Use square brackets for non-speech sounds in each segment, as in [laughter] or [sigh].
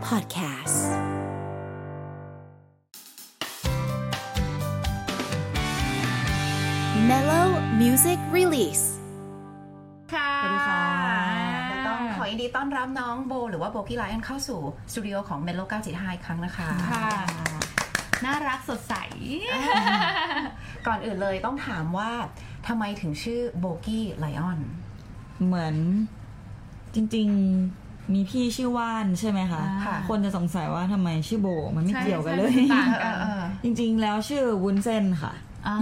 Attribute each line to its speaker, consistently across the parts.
Speaker 1: Podcast Mellow Music Release
Speaker 2: ค่ะ
Speaker 3: สวัสดีค่ะ
Speaker 2: ก็ต้องขอยินดีต้อนรับน้องโบ หรือว่าโบกี้ไลออนเข้าสู่สตูดิโอของเมโล975อีกครั้งนะคะ
Speaker 3: ค่ะ น่ารักสดใส
Speaker 2: ก่อนอื่นเลยต้องถามว่าทำไมถึงชื่อโบกี้ไลออน
Speaker 4: เหมือนจริงๆมีพี่ชื่อว่านใช่ไหมคะ
Speaker 2: ค่ะ
Speaker 4: คนจะสงสัยว่าทำไมชื่อโบมันไม่
Speaker 3: ใช่
Speaker 4: เกี่ยวกันเลย
Speaker 3: ใช่ต่าง
Speaker 2: เอ
Speaker 3: กั
Speaker 2: อน เออ
Speaker 4: [laughs] จริงๆ แล้วชื่อวุ้นเส้นค่ะ
Speaker 3: อ๋อ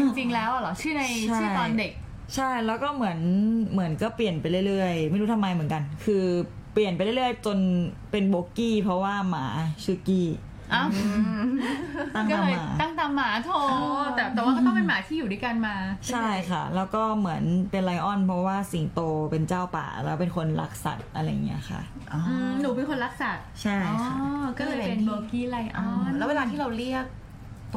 Speaker 3: จริงๆแล้วอะเหรอ ชื่อใน
Speaker 4: ใช่
Speaker 3: ชื่อตอนเด็ก
Speaker 4: ใช่แล้วก็เหมือนเหมือนก็เปลี่ยนไปเรื่อยๆ ไม่รู้ทำไมเหมือนกัน คือเปลี่ยนไปเรื่อยๆ จนเป็นโบกี้ เพราะว่าหมาชื่อกี้
Speaker 3: อ้าว
Speaker 4: ตั้ง
Speaker 3: ก็
Speaker 4: มา
Speaker 3: เลย
Speaker 4: หมา
Speaker 3: ตั้งตามหมาโทแต่แต่ว่าก็ต้องเป็นหมาที่อยู่ด้วยกันมา
Speaker 4: ใช่ค่ะ แล้วก็เหมือนเป็นไลออน เพราะว่าสิงโตเป็นเจ้าป่า แล้วเป็นคนรักสัตว์อะไรอย่างเงี้ยค่ะ
Speaker 3: อืมหนูเป็นคนรักสัตว์
Speaker 4: ใช่
Speaker 3: อ๋อ
Speaker 4: ค่ะ
Speaker 3: ก็เลยเป็น
Speaker 2: ก็เลยเป็น
Speaker 3: โบกี้ไลออน
Speaker 2: แล้วเวลาที่เราเรียก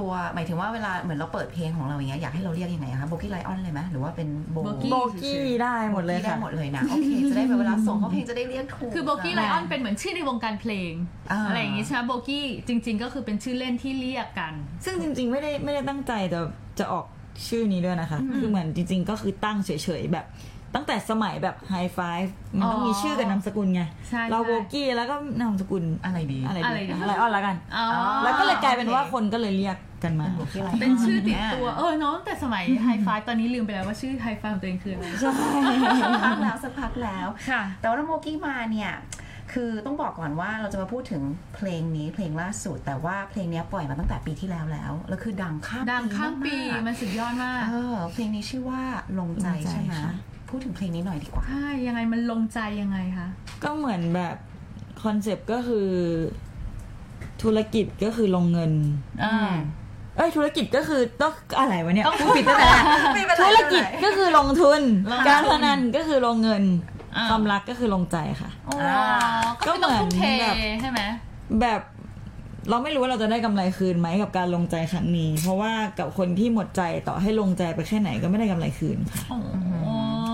Speaker 2: ตัวหมายถึงว่าเวลาเหมือนเราเปิดเพลงของเราอย่างเงี้ยอยากให้เราเรียกยังไงอะคะโบกี้ไลออนเลยไหมหรือว่าเป็นโบ
Speaker 4: โบกี้ได้หมดเลย
Speaker 2: ที่ได้
Speaker 4: ค่ะ
Speaker 2: หมดเลยนะโอเคจะได้แบบเวลาส่งเขาเพลงจะได้เรียกถูก
Speaker 3: คือโบกี้ไลออนเป็นเหมือนชื่อในวงการเพลง
Speaker 2: า
Speaker 3: อะไรอย่างงี้ใช่ไหมโบกี้จริง ๆ ก็คือเป็นชื่อเล่นที่เรียกกัน
Speaker 4: ซึ่งจริงๆ ไม่ได้ไม่ได้ตั้งใจจะจะออกชื่อนี้ด้วยนะคะ คือเหมือนจริง ๆ ก็คือตั้งเฉยๆ แบบ ตั้งแต่สมัยแบบไฮไฟฟ์มันต้องมีชื่อกับนามสกุลไง
Speaker 3: ใช่
Speaker 4: เรา
Speaker 3: ใช่
Speaker 4: โบกี้แล้วก็นามสกุล
Speaker 2: อะไรดี
Speaker 4: อะไร
Speaker 3: อะไรดี
Speaker 4: ดีอะไรออนละกัน
Speaker 3: อ๋อ
Speaker 4: แล้วก็เลยกลายเป็นว่า
Speaker 2: โอเค
Speaker 4: คนก็เลยเรียกกันมา
Speaker 2: โบกี้ไลออน
Speaker 3: เป็นชื่อติดตัวเออเน้องแต่สมัยไฮไฟตอนนี้ลืมไปแล้วว่าชื่อไฮไฟของตัวเองคืออะไร
Speaker 4: ใช่
Speaker 2: สักพักแล้วสักพักแล้ว
Speaker 3: ค่ะ
Speaker 2: แต่ว่าน้องโมกี้มาเนี่ย คือต้องบอกก่อนว่าเราจะมาพูดถึงเพลงนี้เพลงล่าสุด แต่ว่าเพลงเนี้ยปล่อยมาตั้งแต่ปีที่แล้วแล้ว แล้วคือดังข้าม
Speaker 3: ดังข้ามปี
Speaker 2: มกๆ
Speaker 3: มันสุดยอดมาก
Speaker 2: เออเพลงนี้ชื่อว่าลงใจ
Speaker 4: ลงใจ
Speaker 2: ใช่ไหม
Speaker 4: ค่ะ
Speaker 2: พูดถึงเพลงนี้หน่อยดีกว่า
Speaker 3: ใช่ยังไงมันลงใจยังไงคะ
Speaker 4: ก็เหมือนแบบคอนเซปต์ก็คือ ธุรกิจก็คือลงเงิน เอ้ยธุรกิจก็คือต้องอะไรวะเนี่ยกูปิดตั้งแต่แรกธุรกิจก็คือลงทุน
Speaker 3: ลงทุน
Speaker 4: การพนันก็คือลงเงิน
Speaker 3: อ่า
Speaker 4: ความรักก็คือลงใจค่ะ
Speaker 3: อ๋อ
Speaker 4: ก็
Speaker 3: ก็
Speaker 4: เหมื
Speaker 3: ต้อ
Speaker 4: อง น
Speaker 3: ทุ่มเท
Speaker 4: แบบ
Speaker 3: ใช่ไหม
Speaker 4: แบบเราไม่รู้ว่าเราจะได้กำไรคืนไหมกับการลงใจครั้งนี้ เพราะว่ากับคนที่หมดใจต่อให้ลงใจไปแค่ไหนก็ไม่ได้กำไรคืนค่ะ
Speaker 3: โอ้โห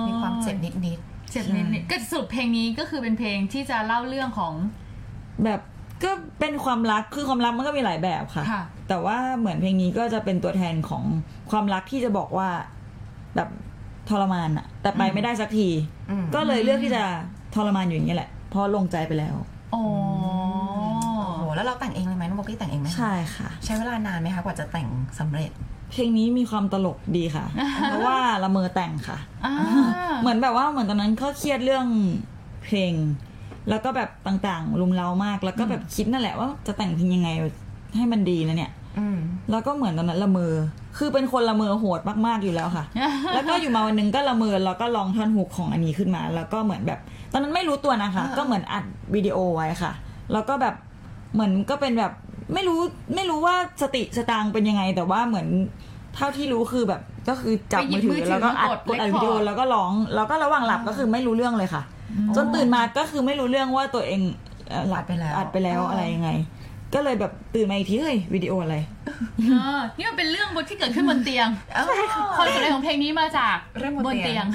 Speaker 2: มีความเจ็บนิด
Speaker 3: เจ็บนิดๆก็สรุปเพลงนี้ก็คือเป็นเพลงที่จะเล่าเรื่องของ
Speaker 4: แบบก็เป็นความรักคือความรักมันก็มีหลายแบบค่ะ
Speaker 3: ค่ะ
Speaker 4: แต่ว่าเหมือนเพลงนี้ก็จะเป็นตัวแทนของความรักที่จะบอกว่าแบบทรมานอะแต่ไปไม่ได้สักที
Speaker 2: อืม
Speaker 4: ก็เลยเลือกที่จะทรมานอยู่อย่างนี้ยแหละเพราะลงใจไปแล้ว
Speaker 3: โอ้
Speaker 2: ๆ โอ้โหแล้วเราแต่งเองเลยไหมน้องโมกี้แต่งเองไหม
Speaker 4: ใช่ค่ะ
Speaker 2: ใช้เวลานานไหมคะกว่าจะแต่งสำเร็จ
Speaker 4: เพลงนี้มีความตลกดีค่ะ เพราะว่าละเมอแต่งค่ะ
Speaker 3: อ่า
Speaker 4: เหมือนแบบว่าเหมือนตอนนั้นเขาเครียดเรื่องเพลง แล้วก็แบบต่างๆลุมเร้ามากแล้วก็แบบคิดนั่นแหละว่าจะแต่งเพลงยังไงให้มันดีนะเนี่ย
Speaker 2: อืม
Speaker 4: แล้วก็เหมือนตอนนั้นละเมอ คือเป็นคนละเมอโหดมากๆอยู่แล้ว [laughs] ค่ะ แล้วก็อยู่มาวันหนึงก็ละเมอแล้วก็ลองท่อนฮุกของอันนี้ขึ้นมา แล้วก็เหมือนแบบ ตอนนั้นไม่รู้ตัวนะคะ ก็เหมือนอัดวิดีโอไว้ค่ะ แล้วก็แบบเหมือนก็เป็นแบบไม่รู้ไม่รู้ว่าสติสตางค์เป็นยังไง แต่ว่าเหมือนเท่าที่รู้คือแบบก็คือจับมือถือแล้วก็อัดกดอัดวิดีโอแล้วก็ร้อง แล้วก็ระหว่างหลับก็คือไม่รู้เรื่องเลยค่ะ จนตื่นมาก็คือไม่รู้เรื่องว่าตัวเองเอ่อหลั
Speaker 2: อัดไปแล้ว
Speaker 4: อัดไปแล้วอะไรยังไง ก็เลยแบบตื่นมาอีกทีเฮ้ยวิดีโออะไร
Speaker 3: เออนี่มันเป็นเรื่องบทที่เกิดขึ้นบนเตียง
Speaker 2: ใช่ค่ะ
Speaker 3: ความสำเร็จของเพลงนี้มาจาก
Speaker 2: เรื่องบนเตียง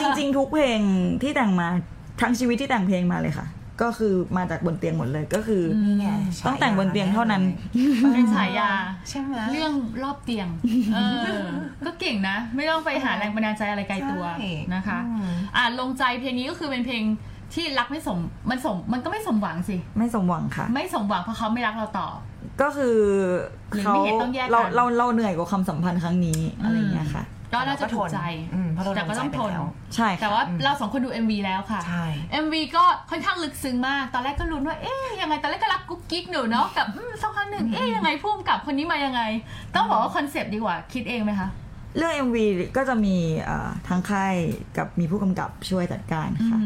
Speaker 4: จริงๆจริงๆทุกเพลงที่แต่งมาทั้งชีวิตที่แต่งเพลงมาเลยค่ะ ก็คือมาจากบนเตียงหมดเลยก็คืออ
Speaker 2: นี่ไงฉายา
Speaker 4: ต้องแต่งบนเตียงเท่านั้น
Speaker 3: เป็นฉายา
Speaker 2: ใช่ไหม
Speaker 3: เรื่องรอบเตียง เออ ก็เก่งนะ ไม่ต้องไปหาแรงบันดาลใจอะไรไกลตัว
Speaker 2: ใช่
Speaker 3: นะคะ
Speaker 2: อืม
Speaker 3: อ่าลงใจเพลงนี้ก็คือเป็นเพลงที่รักไม่สม มันสม มันก็ไม่สมหวังสิ
Speaker 4: ไม่สมหวังค่ะ
Speaker 3: ไม่สมหวังเพราะเขาไม่รักเราต่อ
Speaker 4: ก็คือเขา
Speaker 3: หรือไม่เห็นต้องแยกกัน
Speaker 4: เราเราเราเหนื่อยกว่าความสัมพันธ์ครั้งนี้อะไรอย่างเงี้ยค่ะ
Speaker 3: ก็น่าจะถูกใจ
Speaker 2: อืมเพราะเรา
Speaker 3: แต่ก็ต้องทน
Speaker 2: ลงใจไปแล้ว
Speaker 4: ใช่
Speaker 3: แต่
Speaker 4: ค่ะ
Speaker 3: ว่าเราสองคนดู MV แล้วค่ะ
Speaker 2: ใช่
Speaker 3: MV ก็ค่อนข้างลึกซึ้งมาก ตอนแรกก็ลุ้นว่า เอ๊ยยังไง ตอนแรกก็รักกุ๊กกิ๊กหนูเนาะ กับอืมสักพักหนึ่ง เอ๊ยยังไงพุ่มกับคนนี้มายังไง ต้องบอกว่าคอนเซปต์ดีกว่า คิดเองไหมคะ
Speaker 4: เรื่อง MV ก็จะมีเอ่อทางค่ายกับมีผู้กำกับช่วยจัดการค่ะ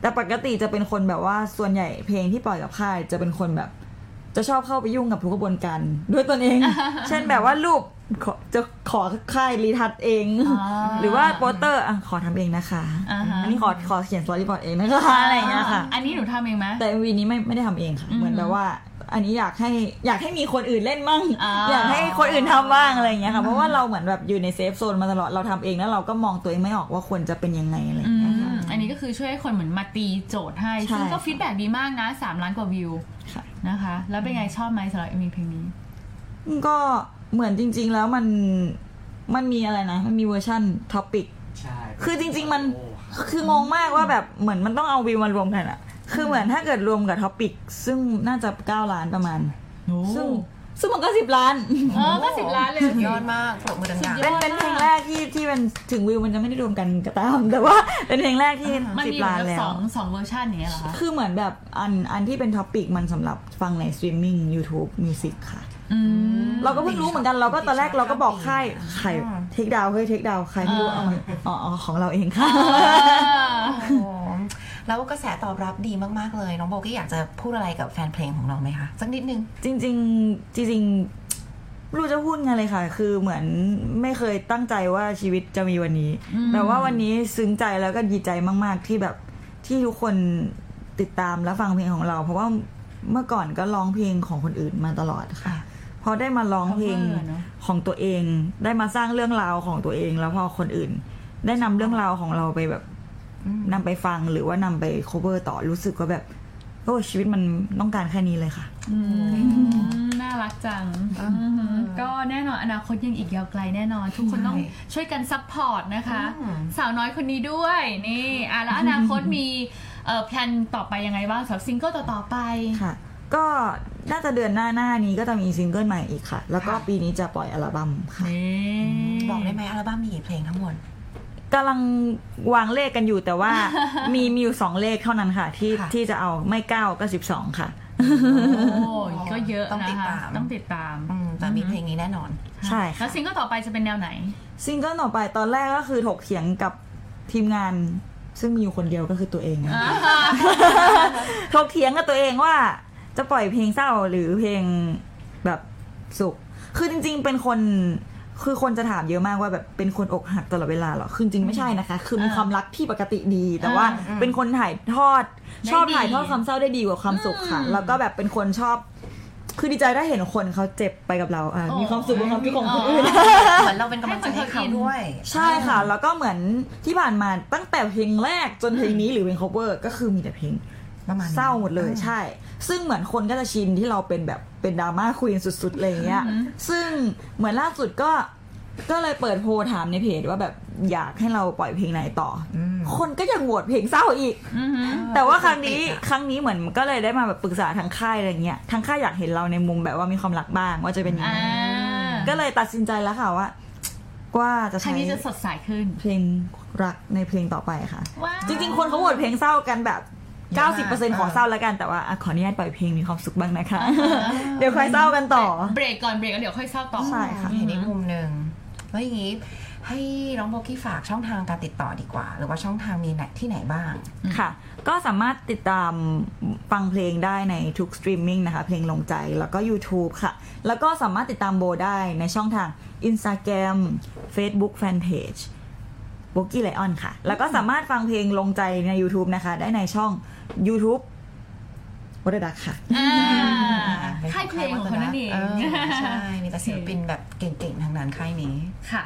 Speaker 4: แต่ปกติจะเป็นคนแบบว่าส่วนใหญ่เพลงที่ปล่อยกับค่ายจะเป็นคนแบบ จะชอบเข้าไปยุ่งกับทุกกระบวนการด้วยตนเอง เช่นแบบว่ารูปขอจะขอค่ายรีทัชเอง
Speaker 3: อ๋อ
Speaker 4: หรือว่าโปสเตอร์อ่ะขอทำเองนะคะ
Speaker 3: อ่าฮะ
Speaker 4: นนี้ขอขอเขียนสตอรี่บอร์ดเองนะคะอะไรอย่างเงี้ยค่ะ
Speaker 3: อันนี้หนูทำเองไหม
Speaker 4: แต่ MV นี้ไม่ไม่ได้ทำเองค่ะ
Speaker 3: อืม
Speaker 4: เหมือนแบบว่า อันนี้อยากให้อยากให้มีคนอื่นเล่นมั่ง
Speaker 3: อ่า
Speaker 4: ยากให้คนอื่นทำบ้างอะไรอย่างเงี้ยค่ะเพราะว่าเราเหมือนแบบอยู่ในเซฟโซนมาตลอดเราทำเองแล้วเราก็มองตัวเองไม่ออกว่าควรจะเป็นยังไงอะไรอย่างเงี้ยค่ะ
Speaker 3: อันนี้ก็คือช่วยให้คนเหมือนมาตีโจทย์ให้
Speaker 4: ใช่
Speaker 3: ซึ่งก็
Speaker 4: ค่ะ
Speaker 3: ฟีดแบ็กดีมากนะ 3 ล้านกว่าวิว
Speaker 4: ค่ะ
Speaker 3: นะคะ แล้วเป็นไงชอบไหมสำหรับเอ็มวีเพลงนี้
Speaker 4: ก็เหมือนจริง ๆ แล้วมันมันมีอะไรนะ มันมีเวอร์ชั่นท็อปิก
Speaker 5: ใช่
Speaker 4: คือจริง ๆ มัน
Speaker 5: โอ้
Speaker 4: คืองงมากว่าแบบเหมือนมันต้องเอาวิวมารวมกันอะคือเหมือนถ้าเกิดรวมกับท็อปิกซึ่งน่าจะ 9 ล้านประมาณ ซึ่งซึ่งมันก็ 10 ล้าน
Speaker 3: เออก็สิบล้านเลย
Speaker 2: สุดยอดมากปรบมือดัง
Speaker 4: เป็นเป็นเพลงแรกที่ที่มันถึงวิวมันจะไม่ได้รวมกันก็ตาม แต่ว่าเป็นเพลงแรกที่
Speaker 3: มัน
Speaker 4: สิ
Speaker 3: มีเห
Speaker 4: บ
Speaker 3: มือ
Speaker 4: ล้าน น
Speaker 3: กับ
Speaker 4: แล้
Speaker 3: ส
Speaker 4: ว
Speaker 3: องสองเวอร์ชันอย่างเงี้ยเหรอคะ
Speaker 4: คือเหมือนแบบอันอันที่เป็นท็อปิกมันสำหรับฟังในสตรีมมิ่ง YouTube Music ค่ะ
Speaker 3: อืม
Speaker 4: เราก็เพิ่งรู้เหมือนกันเราก็ตอนแรกเราก็บอกค่ายใครเทคดาวเฮ้ยเทคดาวใครไม่รู้
Speaker 3: อ่า
Speaker 4: เอามาอ๋ออ๋อของเราเองค่ะ
Speaker 2: ๆโอ้โหแล้วกระแสตอบรับดีมากๆเลย น้องโบกี้อยากจะพูดอะไรกับแฟนเพลงของเราไหมคะสักนิดนึง
Speaker 4: จริงๆจริงๆไม่รู้จะพูดไงเลยค่ะ คือเหมือนไม่เคยตั้งใจว่าชีวิตจะมีวันนี้
Speaker 3: อืม
Speaker 4: แต่ว่าวันนี้ซึ้งใจแล้วก็ดีใจมาก ๆ ที่แบบที่ทุกคนติดตามและฟังเพลงของเรา เพราะว่าเมื่อก่อนก็ร้องเพลงของคนอื่นมาตลอดค่ะ พอได้มาร้องเพลง
Speaker 3: cover เนอะ
Speaker 4: ของตัวเอง ได้มาสร้างเรื่องราวของตัวเอง แล้วพอคนอื่น ได้นำเรื่องราวของเราไปแบบนำไปฟังหรือว่านำไป cover ต่อรู้สึกว่าแบบโอ้ชีวิตมันต้องการแค่นี้เลยค่ะ
Speaker 3: อืมน่ารักจังอืมก็แน่นอนอนาคตยังอีกยาวไกลแน่นอน ทุกคนต้องช่วยกันซัพพอร์ตนะคะ
Speaker 2: อืม
Speaker 3: สาวน้อยคนนี้ด้วยนี่อ่ะแล้วอนาคตมีเอ่อแพลนต่อไปยังไงบ้างสำหรับซิงเกิลต่อๆไป
Speaker 4: ค่ะ ก็น่าจะเดือนหน้าหน้านี้ก็จะมีซิงเกิลใหม่อีกค่ะ แล้วก็ปีนี้จะปล่อยอัลบั้มค่ะ
Speaker 3: นี่
Speaker 2: บอกได้ไหมอัลบั้มมีกี่เพลงทั้งหมด
Speaker 4: กำลังวางเลขกันอยู่แต่ว่า มีมีอยู่สองเลขเท่านั้นค่ะ ที่
Speaker 2: ค่ะ
Speaker 4: ที่จะเอาไม่เก้าก็สิบสองค่ะ
Speaker 3: โอ้ยก็เยอะ
Speaker 2: ต้องติ
Speaker 3: นะ
Speaker 2: ด
Speaker 3: คะ
Speaker 2: ตาม
Speaker 3: ต้องติดตาม
Speaker 2: อืมแต่มีเพลงนี้แน่นอน
Speaker 4: ใช่
Speaker 3: แล้
Speaker 4: ค่ะ
Speaker 3: วซิงเกิลต่อไปจะเป็นแนวไหน
Speaker 4: ซิงเกิลต่อไปตอนแรกก็คือถกเถียงกับทีมงาน ซึ่งมีอยู่คนเดียวก็คือตัวเองอะ [laughs] ถกเถียงกับตัวเองว่า จะปล่อยเพลงเศร้าหรือเพลงแบบสุข คือจริง ๆ เป็นคนคือคนจะถามเยอะมากว่าแบบเป็นคนอกหักตลอดเวลาเหรอคือจริงๆไม่ใช่นะคะ คือมี
Speaker 3: อ่า
Speaker 4: ความรักที่ปกติดี แต่ว่า
Speaker 2: อืม
Speaker 4: เป็นคนถ่ายทอด
Speaker 3: ได้
Speaker 4: ชอบ
Speaker 3: ดี
Speaker 4: ถ่ายทอดความเศร้าได้ดีกว่าความสุขค่ะ
Speaker 3: อืม
Speaker 4: แล้วก็แบบเป็นคนชอบ คือดีใจได้เห็นคนเขาเจ็บไปกับเราอ่ะ
Speaker 3: โอ้
Speaker 4: มีความสุขกับความทุกข์ของคนอื่น
Speaker 2: เหมือนเราเป็นกำลังใจให้เขาด้วย
Speaker 4: ใช่ค่ะ แล้วก็เหมือนที่ผ่านมาตั้งแต่เพลงแรกจนเพลงนี้หรือเพลง cover ก็คือมีแต่เพลง
Speaker 2: ประมาณนั้น
Speaker 4: เศร้าหมดเลยใช่ ซึ่งเหมือนคนก็จะชินที่เราเป็นแบบเป็นดราม่าควีนสุดๆอะไรอย่างเงี้ยซึ่งเหมือนล่าสุดก็ก็เลยเปิดโพลถามในเพจว่าแบบอยากให้เราปล่อยเพลงไหนต่ออ
Speaker 2: ม
Speaker 4: คนก็ยังโหวตเพลงเศร้าอีก
Speaker 3: อือหือ
Speaker 4: แต่ว่าครั้งนี้ครั้งนี้เหมือนก็เลยได้มาแบบปรึกษาทางค่ายอะไรเงี้ยทางค่ายอยากเห็นเราในมุมแบบว่ามีความรักบ้างว่าจะเป็นยังไง
Speaker 3: อ่า
Speaker 4: ก็เลยตัดสินใจแล้วค่ะว่า ว่าจะ
Speaker 3: ครั้
Speaker 4: ใช้
Speaker 3: งนี้จะสดใสขึ้น
Speaker 4: เพลงรักในเพลงต่อไปค่ะ
Speaker 3: ว้าว
Speaker 4: จริง ๆ คนเขาโหวตเพลงเศร้ากันแบบ
Speaker 2: เยอะมาก
Speaker 4: 90%ขอเศร้าแล้วกันแต่ว่าอ่ะขออนุญาตปล่อยเพลงมีความสุขบ้างนะคะ เดี๋ยวค่อยเศร้ากันต่อ
Speaker 3: เบรกก่อนเบรกแล้วเดี๋ยวค่อยเศร้าต่อ
Speaker 4: ใช่ค่ะ
Speaker 2: เห็นอีกมุมหนึ่งแล้วอย่างนี้ให้น้องโบกี้ฝากช่องทางการติดต่อดีกว่า หรือว่าช่องทางมีไหนที่ไหนบ้าง
Speaker 4: ค่ะ ก็สามารถติดตามฟังเพลงได้ในทุกสตรีมมิ่งนะคะ เพลงลงใจแล้วก็ YouTube ค่ะ แล้วก็สามารถติดตามโบได้ในช่องทาง Instagram Facebook Fanpage บกี้ไลออนค่ะ แล้วก็สามารถฟังเพลงลงใจใน YouTube นะคะ ได้ในช่อง YouTube วัดดักค่ะ
Speaker 3: อ่าค่ายเพลงของเขานั่นเอง
Speaker 2: ใช่ มีแต่ศิลปินแบบเก่งๆทางนั้นค่ายนี้
Speaker 3: ค่ะ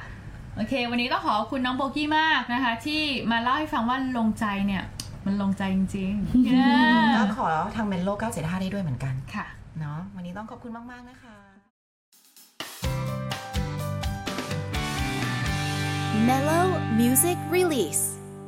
Speaker 3: โอเค วันนี้ต้องขอบคุณน้องโบกี้มากนะคะ ที่มาเล่าให้ฟังว่าลงใจเนี่ย มันลงใจจริงๆ yeah.
Speaker 2: ก็ขอทางเมนโล975ได้ด้วยเหมือนกัน
Speaker 3: ค่ะ
Speaker 2: เนาะวันนี้ต้องขอบคุณมาก ๆ นะคะ
Speaker 1: Mellow Music Release.